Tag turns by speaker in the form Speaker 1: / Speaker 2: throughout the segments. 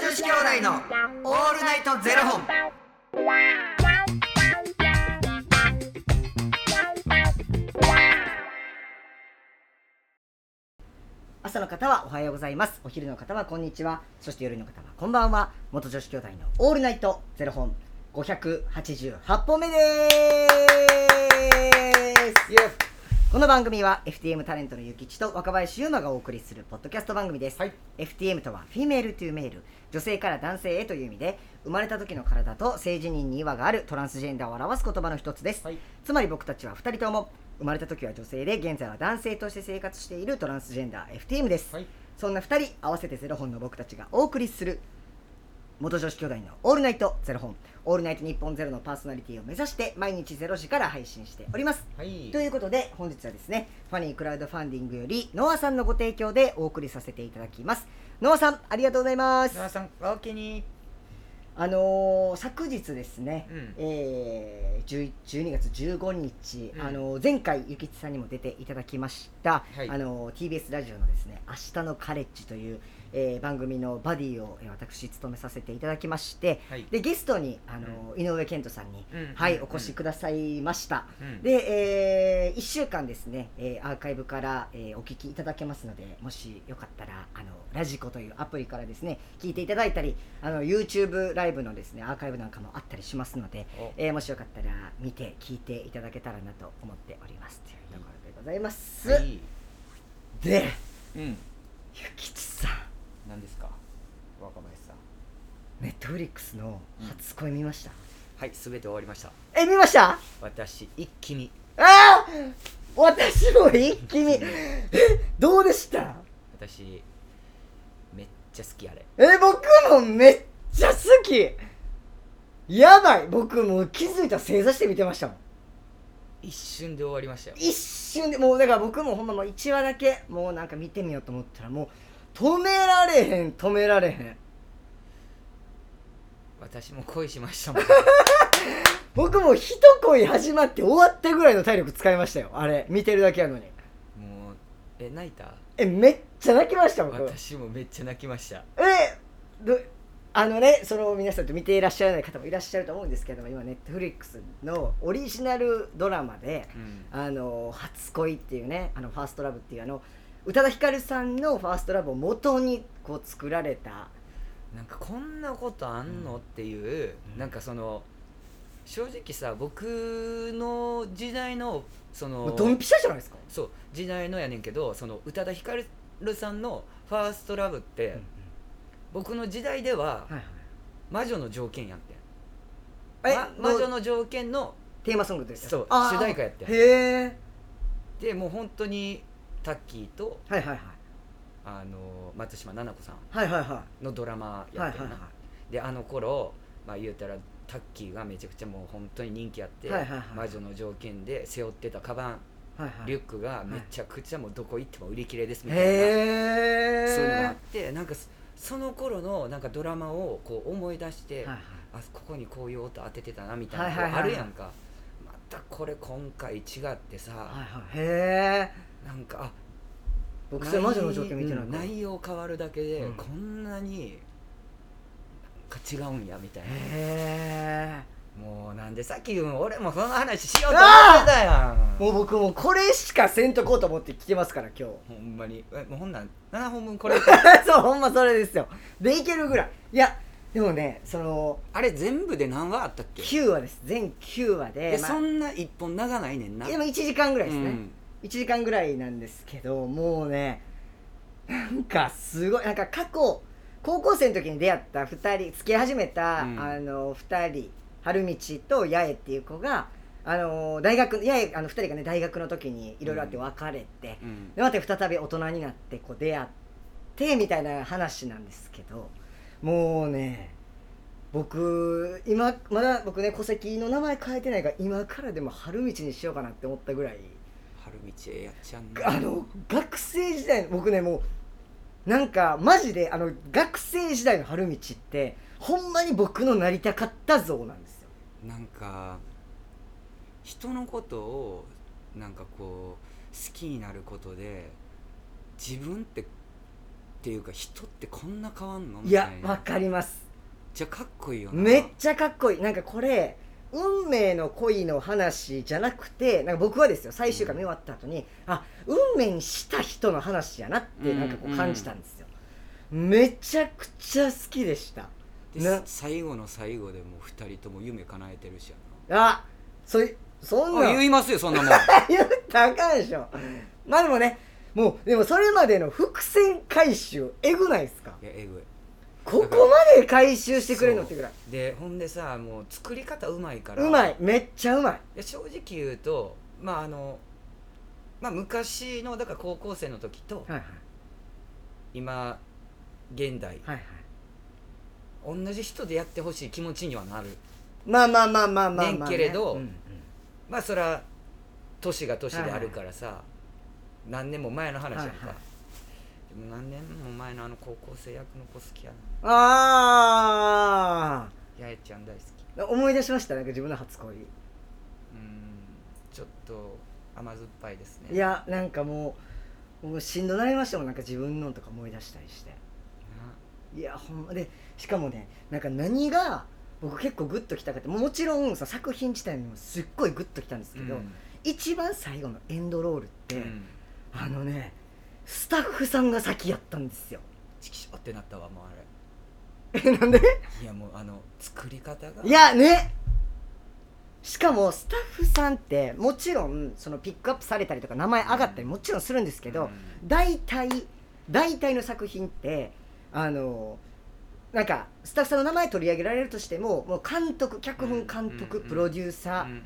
Speaker 1: 子兄弟のオールナイトゼロ本。
Speaker 2: 朝の方はおはようございますお昼の方はこんにちはそして夜の方はこんばんは元女子兄弟のオールナイトゼロ本588本目ですこの番組は FTM タレントのゆきちと若林優馬がお送りするポッドキャスト番組です、FTM とはフィメールというメール女性から男性へという意味で生まれた時の体と性自認に違和があるトランスジェンダーを表す言葉の一つです、
Speaker 3: はい
Speaker 2: つまり僕たちは2人とも生まれた時は女性で現在は男性として生活しているトランスジェンダー FTM です、
Speaker 3: はい
Speaker 2: そんな2人合わせてゼロ本の僕たちがお送りする元女子兄弟のオールナイトゼロ本オールナイト日本ゼロのパーソナリティを目指して毎日ゼロ時から配信しております
Speaker 3: はい
Speaker 2: ということで本日はですねファニークラウドファンディングよりノアさんのご提供でお送りさせていただきますノアさんありがとうございます
Speaker 3: 野田さんおおきに
Speaker 2: あのー昨日ですね、
Speaker 3: うん
Speaker 2: えー、11 12月15日、
Speaker 3: うん
Speaker 2: あのー前回ゆきちさんにも出ていただきました、
Speaker 3: はい
Speaker 2: あのー TBS ラジオのですね「明日のカレッジ」という、えー番組のバディをえー私務めさせていただきまして
Speaker 3: はい
Speaker 2: でゲストに、あのー井上健人さんに、
Speaker 3: うん
Speaker 2: はい
Speaker 3: うん
Speaker 2: お越しくださいました、
Speaker 3: うん
Speaker 2: で、え1週間ですね、えーアーカイブから、えーお聞きいただけますのでもしよかったらあのラジコというアプリからですね聞いていただいたりあの YouTube ライブのですねアーカイブなんかもあったりしますので、
Speaker 3: お
Speaker 2: えーもしよかったら見て聞いていただけたらなと思っておりますというところでございます、
Speaker 3: はい
Speaker 2: で
Speaker 3: うん
Speaker 2: ゆきちさん
Speaker 3: 何ですか若林さん
Speaker 2: Netflix の初恋見ました、
Speaker 3: はいすべて終わりました
Speaker 2: え見ました
Speaker 3: 私一気に
Speaker 2: ああ私も一気 にえどうでした
Speaker 3: 私めっちゃ好きあれ
Speaker 2: え僕もめっちゃ好きやばい僕もう気づいたら正座して見てましたもん
Speaker 3: 一瞬で終わりましたよ
Speaker 2: 一瞬でもうだから僕もほんまもう1話だけもうなんか見てみようと思ったらもう止められへん止められへん
Speaker 3: 私も恋しましたもん
Speaker 2: 僕も一恋始まって終わったぐらいの体力使いましたよあれ見てるだけやのに
Speaker 3: もうえ泣いた
Speaker 2: えめっちゃ泣きました僕
Speaker 3: 私もめっちゃ泣きました
Speaker 2: えどあのねその皆さんと見ていらっしゃらない方もいらっしゃると思うんですけども今ネットフリックスのオリジナルドラマで
Speaker 3: うん
Speaker 2: 「あの初恋」っていうね「あのファーストラブ」っていうあの宇多田ヒカルさんの「ファーストラブ」を元にこう作られた
Speaker 3: なんかこんなことあんの、っていう
Speaker 2: うん
Speaker 3: なんかその正直さ僕の時代のそ
Speaker 2: も
Speaker 3: の
Speaker 2: うドンピシャじゃないですか
Speaker 3: そう時代のやねんけどその宇多田ヒカルさんの「ファーストラブって、
Speaker 2: うんうん
Speaker 3: 僕の時代では
Speaker 2: はい
Speaker 3: 魔女の条件やってん、
Speaker 2: はい
Speaker 3: ま
Speaker 2: えもう
Speaker 3: 魔女の条件の
Speaker 2: テーマソングです
Speaker 3: そう
Speaker 2: あー
Speaker 3: 主題歌やってん
Speaker 2: へえ
Speaker 3: でもう本当にタッキーと
Speaker 2: はいはいはい
Speaker 3: あの松島菜々子さん
Speaker 2: はいはいは
Speaker 3: のドラマ
Speaker 2: いは
Speaker 3: や
Speaker 2: い
Speaker 3: ってんな、
Speaker 2: はい
Speaker 3: であの頃まあ言うたらタッキーがめちゃくちゃもう本当に人気あって、
Speaker 2: はいはいはい
Speaker 3: 魔女の条件で背負ってたカバン、
Speaker 2: はいはい
Speaker 3: リュックがめちゃくちゃもうどこ行っても売り切れですみたいな、
Speaker 2: へえ
Speaker 3: そういうのがあってなんかそその頃のなんかドラマをこう思い出し
Speaker 2: は
Speaker 3: て、
Speaker 2: いはい
Speaker 3: あここにこういう音当ててたなみたいな、
Speaker 2: はいはいはい
Speaker 3: こうあるやんかまたこれ今回違ってさ、
Speaker 2: はいはいへえ
Speaker 3: なんかあ
Speaker 2: 僕それ魔女の条件見てない
Speaker 3: うん
Speaker 2: から
Speaker 3: 内容変わるだけで、
Speaker 2: うん
Speaker 3: こんなになんか違うんやみたいな、
Speaker 2: へ
Speaker 3: もうなんでさっき俺もその話しようと思ってたやん
Speaker 2: えもう僕もうこれしかせんとこうと思って来てますから今日
Speaker 3: ほんまにえもうほんなん7本分これ
Speaker 2: そうほんまそれですよでいけるぐらいいやでもねその
Speaker 3: あれ全部で何話あったっけ
Speaker 2: 9話です全9話で
Speaker 3: え
Speaker 2: まあ
Speaker 3: そんな1本長ないねんな
Speaker 2: でも1時間ぐらいですね、
Speaker 3: うん
Speaker 2: 1時間ぐらいなんですけどもうねなんかすごいなんか過去高校生の時に出会った2人付き始めた、
Speaker 3: うん
Speaker 2: あの2人春道と八重っていう子があの大学八重あの2人がね大学の時にいろいろあって別れて、
Speaker 3: うん
Speaker 2: でまた再び大人になってこう出会ってみたいな話なんですけどもうね僕今まだ僕ね戸籍の名前変えてないから今からでも春道にしようかなって思ったぐらい
Speaker 3: 春道ええやっちゃん
Speaker 2: あの学生時代の僕ねもうなんかマジであの学生時代の春道ってほんまに僕のなりたかった像なんですよ
Speaker 3: なんか人のことをなんかこう好きになることで自分ってっていうか人ってこんな変わんの
Speaker 2: いや
Speaker 3: みたな
Speaker 2: わかります
Speaker 3: じゃあかっこいいよな
Speaker 2: めっちゃかっこいいなんかこれ運命の恋の話じゃなくてなんか僕はですよ最終回見終わった後に、あ運命にした人の話やなってなんかこう感じたんですよ、めちゃくちゃ好きでした
Speaker 3: で
Speaker 2: ね
Speaker 3: 最後の最後でもう2人とも夢叶えてるしや
Speaker 2: あそいそん
Speaker 3: な
Speaker 2: な
Speaker 3: あ
Speaker 2: ん
Speaker 3: 言いますよそん なもん
Speaker 2: 言ったらあかんでしょまあでもねもうでもそれまでの伏線回収えぐないですか
Speaker 3: いやえぐい
Speaker 2: ここまで回収してくれるのってぐらい
Speaker 3: そうでほんでさもう作り方うまいから
Speaker 2: うまいめっちゃうまい
Speaker 3: や正直言うとまああのまあ昔のだから高校生の時と
Speaker 2: はいはい
Speaker 3: 今現代、
Speaker 2: はいはい
Speaker 3: 同じ人でやってほしい気持ちにはなる
Speaker 2: まあまあまあまあまあまあ、
Speaker 3: ねんけれど
Speaker 2: うんうん
Speaker 3: まあそら年が年であるからさ、何年も前の話やんか、
Speaker 2: はいはい
Speaker 3: でも何年も前のあの高校生役の子好きや
Speaker 2: あ
Speaker 3: な八重ちゃん大好き
Speaker 2: あ思い出しましたなんか自分の初恋
Speaker 3: うんちょっと甘酸っぱいですね
Speaker 2: いやなんかもうもうしんどなりましたもんなんか自分のとか思い出したりしていやほんまでしかもねなんか何が僕結構グッときたかってももちろんその作品自体にもすっごいグッときたんですけど、一番最後のエンドロールって、
Speaker 3: うん
Speaker 2: あのねスタッフさんが先やったんです よ
Speaker 3: チキショってなったわもうあ
Speaker 2: えなんで
Speaker 3: れいやもうあの作り方が
Speaker 2: いやねしかもスタッフさんってもちろんそのピックアップされたりとか名前上がったりもちろんするんですけど、
Speaker 3: うん
Speaker 2: 大体大体の作品ってあのなんかスタッフさんの名前取り上げられるとしてももう監督脚本監督、
Speaker 3: うん
Speaker 2: プロデューサ
Speaker 3: う
Speaker 2: ー
Speaker 3: んうん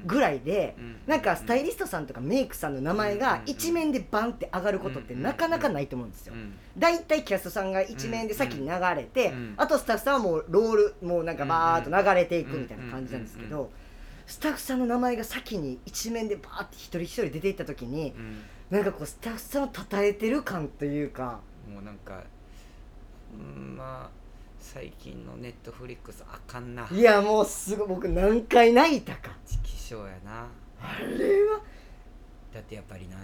Speaker 3: うん
Speaker 2: ぐらいで、
Speaker 3: うん
Speaker 2: なんかスタイリ
Speaker 3: ス
Speaker 2: ストさんとかメイクさんの名前
Speaker 3: うん
Speaker 2: が
Speaker 3: うん
Speaker 2: 一面でバンって上がることってなかなかないと思うんですよ。大体キャストさんが一面で先に流れて、
Speaker 3: うんうん
Speaker 2: あとスタッフさんはもうロールもうなんかバーっと流れていくみたいな感じなんですけど、
Speaker 3: うん
Speaker 2: スタッフさんの名前が先に一面でバーって一人一人出ていった時に、なんかこうスタッフさんを称えてる感というか
Speaker 3: もうなんかうんまあ最近のネットフリックスあかんない
Speaker 2: やもうすごい僕何回泣いたか
Speaker 3: チキショやな
Speaker 2: あれは
Speaker 3: だってやっぱりな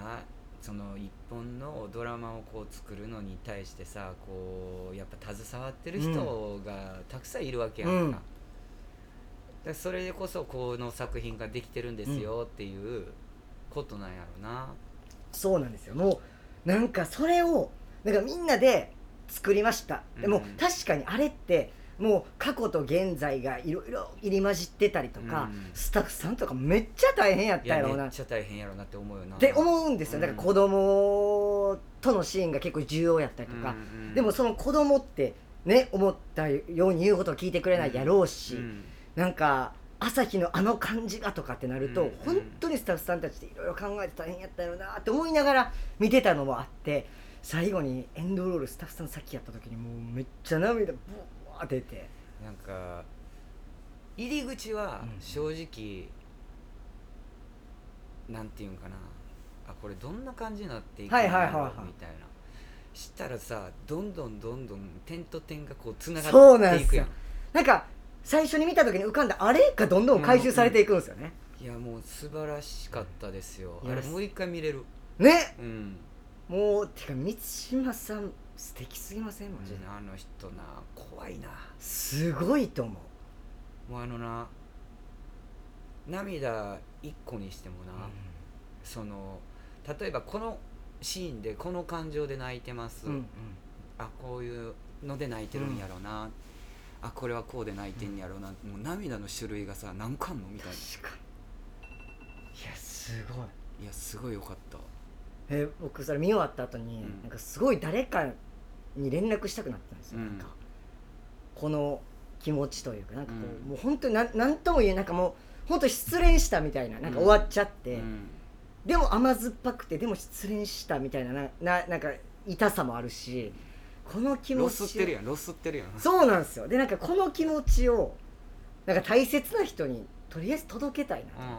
Speaker 3: その一本のドラマをこう作るのに対してさこうやっぱ携わってる人がたくさんいるわけやんか,、
Speaker 2: うん
Speaker 3: だからそれこそこの作品ができてるんですよっていうことなんやろな、
Speaker 2: そうなんですよもうなんかそれをなんかみんなで作りました、でも
Speaker 3: うんうん
Speaker 2: 確かにあれってもう過去と現在がいろいろ入り混じってたりとか、
Speaker 3: うん
Speaker 2: スタッフさんとかめっちゃ大変やった
Speaker 3: い
Speaker 2: や
Speaker 3: や
Speaker 2: ろう
Speaker 3: め
Speaker 2: な
Speaker 3: っ
Speaker 2: っ
Speaker 3: ちゃ大変やろなって思うよな
Speaker 2: て思うんですよだから
Speaker 3: うん
Speaker 2: 子供とのシーンが結構重要やったりとか、
Speaker 3: うんうん
Speaker 2: でもその子供ってね思ったように言うことを聞いてくれないやろうし、
Speaker 3: うん
Speaker 2: なんか朝日のあの感じがとかってなると、
Speaker 3: うんうん
Speaker 2: 本当にスタッフさんたちでいろいろ考えて大変やったよなって思いながら見てたのもあって最後にエンドロールスタッフさんさっきやった時にもうめっちゃ涙ブワー出て
Speaker 3: なんか入り口は
Speaker 2: うん
Speaker 3: 正直、なんていうんかなあこれどんな感じになっていくんだ
Speaker 2: は
Speaker 3: ろ
Speaker 2: いうはいはいはい
Speaker 3: みたいなしたらさどんどんどんどん点と点がこうつな
Speaker 2: そう
Speaker 3: が
Speaker 2: な
Speaker 3: っ
Speaker 2: ん
Speaker 3: て
Speaker 2: で
Speaker 3: いく
Speaker 2: す
Speaker 3: や
Speaker 2: よ
Speaker 3: ん
Speaker 2: なんか最初に見た時に浮かんだあれがどんどん回収されていくんですよね、
Speaker 3: いやもう素晴らしかったですよ
Speaker 2: いや
Speaker 3: あれもう一回見れる
Speaker 2: ね
Speaker 3: うん
Speaker 2: もうてか満島さん素敵すぎませんマ
Speaker 3: マ
Speaker 2: ジ
Speaker 3: ジ
Speaker 2: で
Speaker 3: なあの人な怖いな
Speaker 2: すごいと思う
Speaker 3: もうあのな涙一個にしてもな、その例えばこのシーンでこの感情で泣いてます、
Speaker 2: うんうん
Speaker 3: あこういうので泣いてるんやろうな、あこれはこうで泣いてんやろうな、もう涙の種類がさ何かあんのみたい
Speaker 2: 確
Speaker 3: な
Speaker 2: かにいやすごい
Speaker 3: いやすごいよかった
Speaker 2: え僕それ見終わった後に、
Speaker 3: うん
Speaker 2: なんかすごい誰かに連絡したくなったんですよ、
Speaker 3: うん
Speaker 2: なんかこの気持ちというかなんかこう、
Speaker 3: うん
Speaker 2: もう本当になんなんとも言えなんかもう本当失恋したみたいななんか終わっちゃって、
Speaker 3: うん
Speaker 2: でも甘酸っぱくてでも失恋したみたいななななんか痛さもあるしこの気持
Speaker 3: ロ
Speaker 2: ち
Speaker 3: スってるやんロスってるやん
Speaker 2: そうなんですよでなんかこの気持ちをなんか大切な人にとりあえず届けたいな、
Speaker 3: うんうん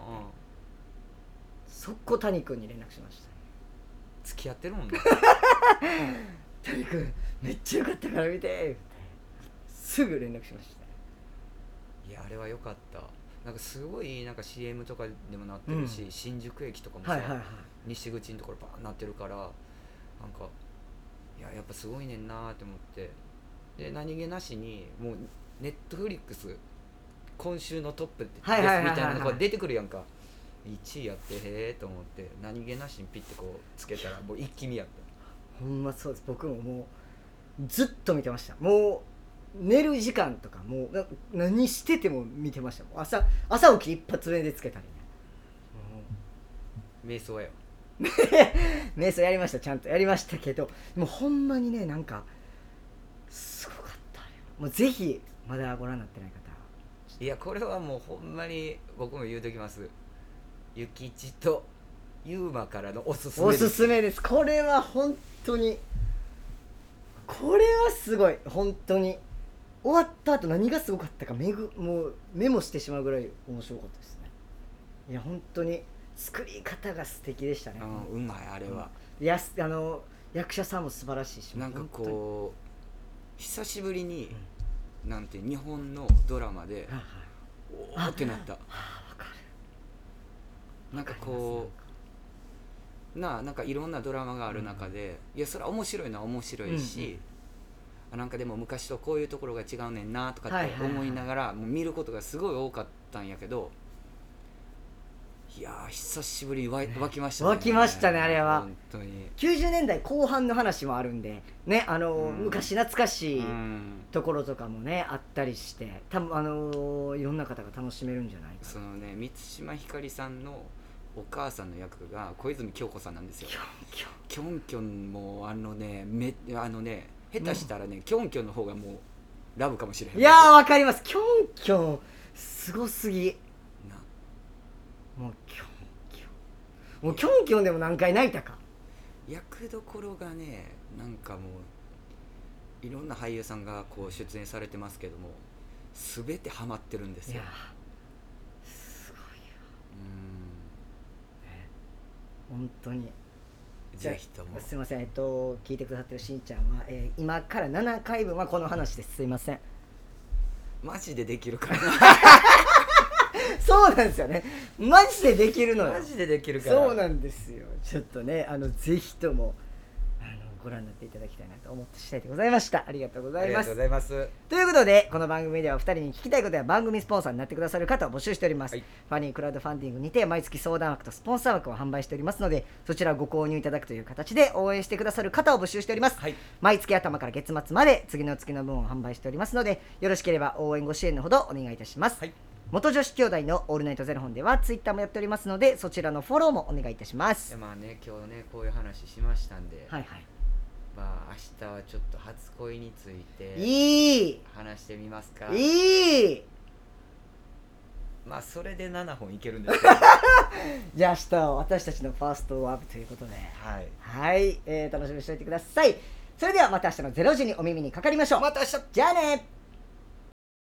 Speaker 2: 速攻谷君に連絡しました
Speaker 3: 付き合ってるもん ね
Speaker 2: タリ君めっちゃよかったから見てすぐ連絡しました
Speaker 3: いやあれはよかったなんかすごいなんか CM とかでもなってるし、
Speaker 2: う
Speaker 3: 新宿駅とかもさ、
Speaker 2: はいはいはい
Speaker 3: 西口のところバーンなってるからなんかいややっぱすごいねんなと思ってで何気なしにもうネットフリックス今週のトップですみ
Speaker 2: は
Speaker 3: た
Speaker 2: い
Speaker 3: い
Speaker 2: はいはいはいはい
Speaker 3: なのが出てくるやんか1位やってへえと思って何気なしにピッてこうつけたらもう一気見やっ
Speaker 2: ほ
Speaker 3: た
Speaker 2: んまそうです僕ももうずっと見てましたもう寝る時間とかもうな何してても見てましたもう朝朝起き一発目でつけたりね
Speaker 3: 瞑想やよ
Speaker 2: もう瞑想やりましたちゃんとやりましたけどもうほんまにねなんかすごかったあれはもうぜひまだご覧になってない方
Speaker 3: いやこれはもうほんまに僕も言うときますゆきちとゆうまからのおすすめ
Speaker 2: お
Speaker 3: です
Speaker 2: すすめですこれは本当にこれはすごい本当に終わった後何がすごかったかめぐもうメモしてしまうぐらい面白かったですねいや本当に作り方が素敵でしたね
Speaker 3: うんうまいあれは、
Speaker 2: いやすあの役者さんも素晴らしいし
Speaker 3: なんか
Speaker 2: 本当に
Speaker 3: こう久しぶりに、なんて日本のドラマで
Speaker 2: はいはい
Speaker 3: おーってなった
Speaker 2: ああ分か
Speaker 3: なんか
Speaker 2: る
Speaker 3: こうなあなんかいろんなドラマがある中で、いやそれは面白いのは面白いし、
Speaker 2: うんうん
Speaker 3: あなんかでも昔とこういうところが違うねんなとか
Speaker 2: は
Speaker 3: っ
Speaker 2: い
Speaker 3: て
Speaker 2: はいはい
Speaker 3: 思いながら、もう見ることがすごい多かったんやけどいやー久しぶりにわい湧きましたね
Speaker 2: 湧きましたねあれは
Speaker 3: 本当に、
Speaker 2: 90年代後半の話もあるんでねあの、
Speaker 3: うん
Speaker 2: 昔懐かしい、
Speaker 3: うん
Speaker 2: ところとかもねあったりして多分あのーいろんな方が楽しめるんじゃないか
Speaker 3: そのね満島ひかりさんのお母さんの役が小泉京子さんなんですよ
Speaker 2: キョンキョン
Speaker 3: キョンキョンもあのねめあのね下手したらね、キョンキョンの方がもうラブかもしれへん
Speaker 2: いやーわかりますキョンキョンすごすぎ
Speaker 3: な
Speaker 2: もうキョンキョンもうキョンキョンでも何回泣いたか
Speaker 3: 役どころがねなんかもういろんな俳優さんがこう出演されてますけども全てハマってるんです
Speaker 2: いや
Speaker 3: よ
Speaker 2: ーすごいよ
Speaker 3: う
Speaker 2: 本当に
Speaker 3: んぜひとも
Speaker 2: すいませんえっと聞いてくださってるしんちゃんは、えー今から7回分はこの話ですすいません
Speaker 3: マジでできるから
Speaker 2: そうなんですよねマジでできるの
Speaker 3: な
Speaker 2: よ
Speaker 3: マジでできるから
Speaker 2: そうなんですよちょっとねあのぜひともあのご覧になっていただきたいなと思った次第でございましたありがとうご
Speaker 3: あ
Speaker 2: ざい
Speaker 3: り
Speaker 2: ま
Speaker 3: が
Speaker 2: す
Speaker 3: と
Speaker 2: と
Speaker 3: うございます
Speaker 2: いうことでこの番組ではお二人に聞きたいことや番組スポンサーになってくださる方を募集しております、
Speaker 3: はい
Speaker 2: ファニークラウドファンディングにて毎月相談枠とスポンサー枠を販売しておりますのでそちらをご購入いただくという形で応援してくださる方を募集しております、
Speaker 3: はい
Speaker 2: 毎月頭から月末まで次の月の分を販売しておりますのでよろしければ応援ご支援のほどお願いいたします、
Speaker 3: はい
Speaker 2: 元女子兄弟の「オールナイトゼロ本」ではツイッターもやっておりますのでそちらのフォローもお願いいたします
Speaker 3: でまあね今日ねこういう話しましたんで、
Speaker 2: はいはい
Speaker 3: まあ明日はちょっと初恋について
Speaker 2: いい
Speaker 3: 話してみますか
Speaker 2: いい
Speaker 3: まあそれで7本いけるんですけど
Speaker 2: じゃあ明日は私たちのファーストワークということで
Speaker 3: はい
Speaker 2: はい、えー楽しみにしておいてくださいそれではまた明日の0時にお耳にかかりましょう
Speaker 3: また明日
Speaker 2: じゃあね